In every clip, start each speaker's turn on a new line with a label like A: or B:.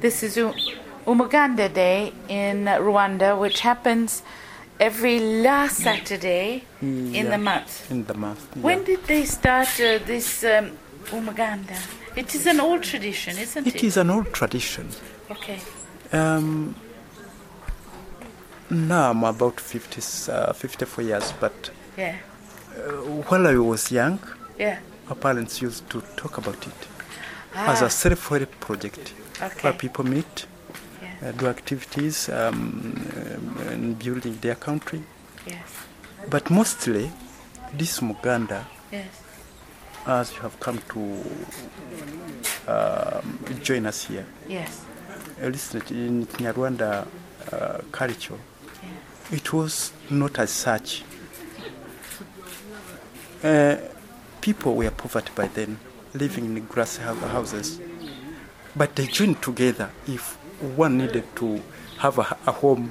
A: This is U- Umuganda Day in Rwanda, which happens every last Saturday in
B: Mm, yeah.
A: the month.
B: in the month. yeah.
A: When did they start uh, this um, Umuganda? It is an old tradition, isn't it?
B: It is an old tradition.
A: Okay.
B: Um, now I'm about 50, uh, 54 years, but
A: Yeah.
B: uh, while I was young,
A: Yeah.
B: my parents used to talk about it
A: Ah,
B: as a self help project
A: okay.
B: where people meet,
A: Yeah.
B: uh, do activities, um, um, and building their country.
A: Yes.
B: But mostly, this Muganda,
A: Yes.
B: as you have come to um, join us here,
A: Yes.
B: elicited in Kinyarwanda uh, culture, it was not as such. Uh, people were poverty by then, living in grass hou- houses, but they joined together if one needed to have a, a home,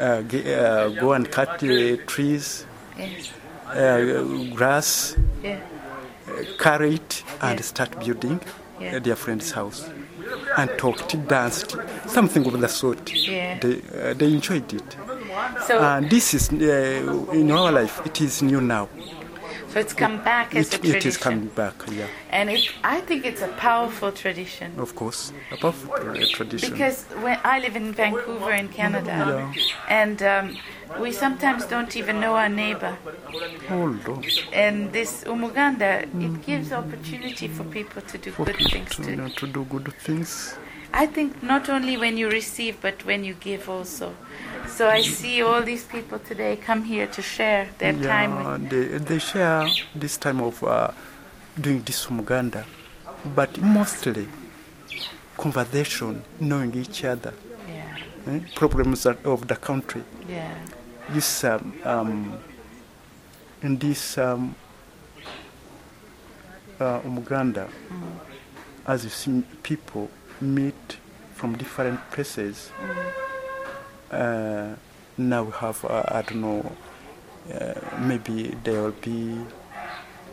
B: uh, ge- uh, go and cut uh, trees,
A: Yes.
B: uh, grass,
A: Yeah.
B: carry it and start building
A: Yeah.
B: their friend's house and talked, danced, something of the sort.
A: Yeah.
B: They, uh, they enjoyed it.
A: So,
B: And this is, uh, in our life, it is new now.
A: so it's come back as a
B: It,
A: tradition.
B: it is coming back, yeah,
A: And it, I think it's a powerful tradition.
B: of course. Above uh, tradition.
A: Because when I live in Vancouver in Canada, and um, we sometimes don't even know our neighbor.
B: Hold on.
A: And this umuganda, it gives opportunity for people to do
B: For
A: good
B: people
A: things
B: to, you
A: too.
B: know, to do good things.
A: I think not only when you receive, but when you give also. So I see all these people today come here to share their time with.
B: Yeah, they, they share this time of uh, doing this from Uganda, but mostly conversation, knowing each other,
A: Yeah,
B: eh, problems that- of the country.
A: yeah,
B: This um, um, in this um, uh, Uganda,
A: Hmm.
B: as you see, people meet from different places.
A: Hmm.
B: Uh, now we have, uh, I don't know, uh, maybe there will be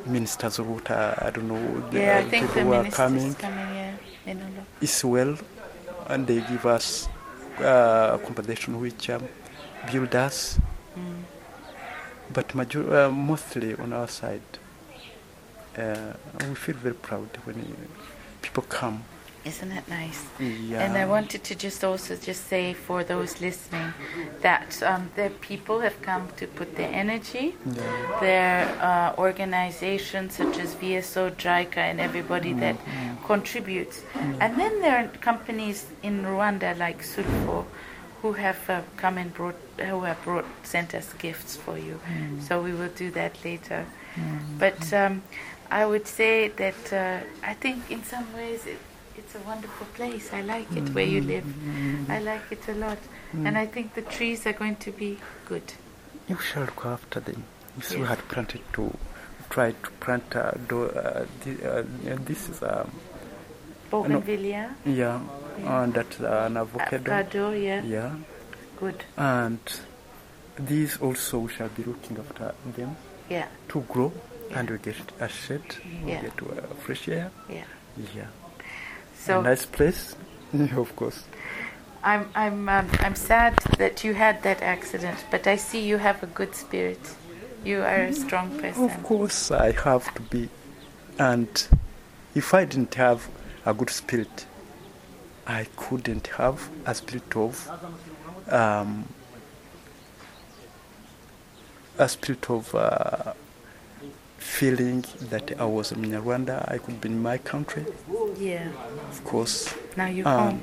B: ministers of water. I don't know. the
A: yeah.
B: uh,
A: I think the
B: people who are
A: minister's
B: coming.
A: coming. Yeah, Menolo.
B: It's well, and they give us uh, accommodation which um, build us.
A: Mm.
B: But major- uh, mostly on our side, uh, we feel very proud when uh, people come.
A: Isn't it nice?
B: Yeah.
A: And I wanted to just also just say for those listening that um, the people have come to put their energy,
B: Yeah.
A: their uh, organizations such as VSO, JICA, and everybody that contributes. And then there are companies in Rwanda like Sulfo who have uh, come and brought, who have brought, sent us gifts for you. So we will do that later. But um, I would say that uh, I think in some ways it, it's a wonderful place. I like it where you live. I like it a lot. And I think the trees are going to be good.
B: You shall look after them. Yes, we
A: Yes.
B: had planted to try to plant uh, do, uh, thi- uh, this is um,
A: Bougainvillea,
B: yeah, and that's uh, an avocado.
A: Mm. avocado, yeah.
B: Yeah,
A: Good.
B: and these also we shall be looking after them
A: Yeah,
B: to grow, and we get a shade, we
A: Yeah.
B: get uh, fresh air.
A: yeah.
B: Yeah,
A: So
B: a nice place. Yeah, of course.
A: I'm, I'm, um, I'm sad that you had that accident, but I see you have a good spirit. You are a strong person.
B: Of course, I have to be. And if I didn't have a good spirit, I couldn't have a spirit of um, a spirit of uh, feeling that I was in Rwanda. I could be in my country,
A: Yeah.
B: of course.
A: Now you're
B: Um,
A: home.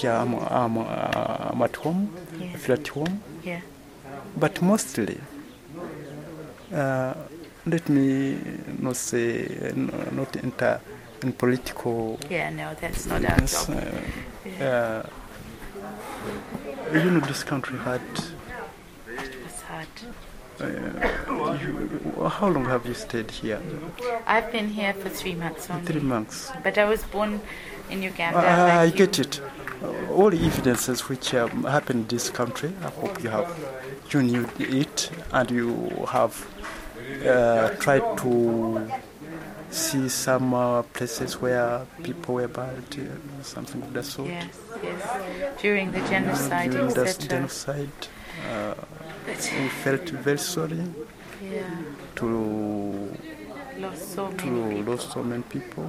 B: yeah, I'm, I'm, uh, I'm at home. I
A: Yeah.
B: feel at home
A: Yeah.
B: but mostly uh, let me not say n- not enter in political
A: Yeah, no, that's not our
B: things,
A: job.
B: uh, uh, you know this country had
A: It's hard.
B: you, how long have you stayed here
A: I've been here for three months only.
B: three months
A: But I was born in Uganda.
B: I, Uh, Ah, I
A: like you.
B: get it Uh, all the evidences which um, happened in this country I hope you have you knew it and you have uh, tried to see some uh, places where people were buried, uh, something of that sort.
A: Yes, yes. During the genocide,
B: During the
A: etc.
B: genocide, uh,
A: But
B: we felt very sorry
A: yeah,
B: to
A: lost so
B: to
A: many people.
B: lose so many people.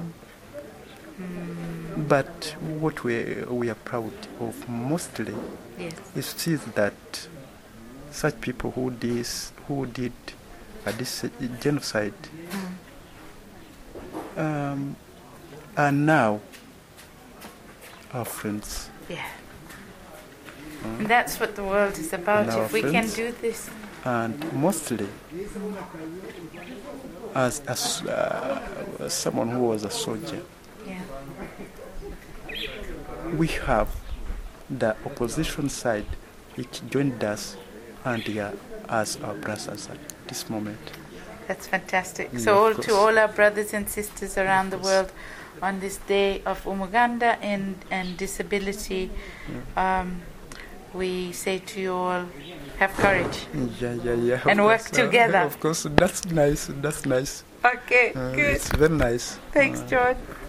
B: But what we we are proud of mostly
A: Yes,
B: is still that such people who did who did a dis- genocide um, are now our friends.
A: yeah. And that's what the world is about.
B: Now
A: if we can
B: friends.
A: do this,
B: and mostly as, as uh, someone who was a soldier,
A: yeah,
B: we have the opposition side which joined us and they are as our brothers at this moment.
A: that's fantastic.
B: Mm,
A: So, all
B: of
A: to
B: course.
A: all our brothers and sisters around the
B: course.
A: world on this day of Umuganda and, and disability, um, we say to you all, have courage.
B: Yeah, yeah, yeah. of
A: And work
B: course, uh,
A: together.
B: of course, that's nice. That's nice.
A: Okay,
B: Uh,
A: good.
B: It's very nice.
A: Thanks,
B: Uh,
A: George.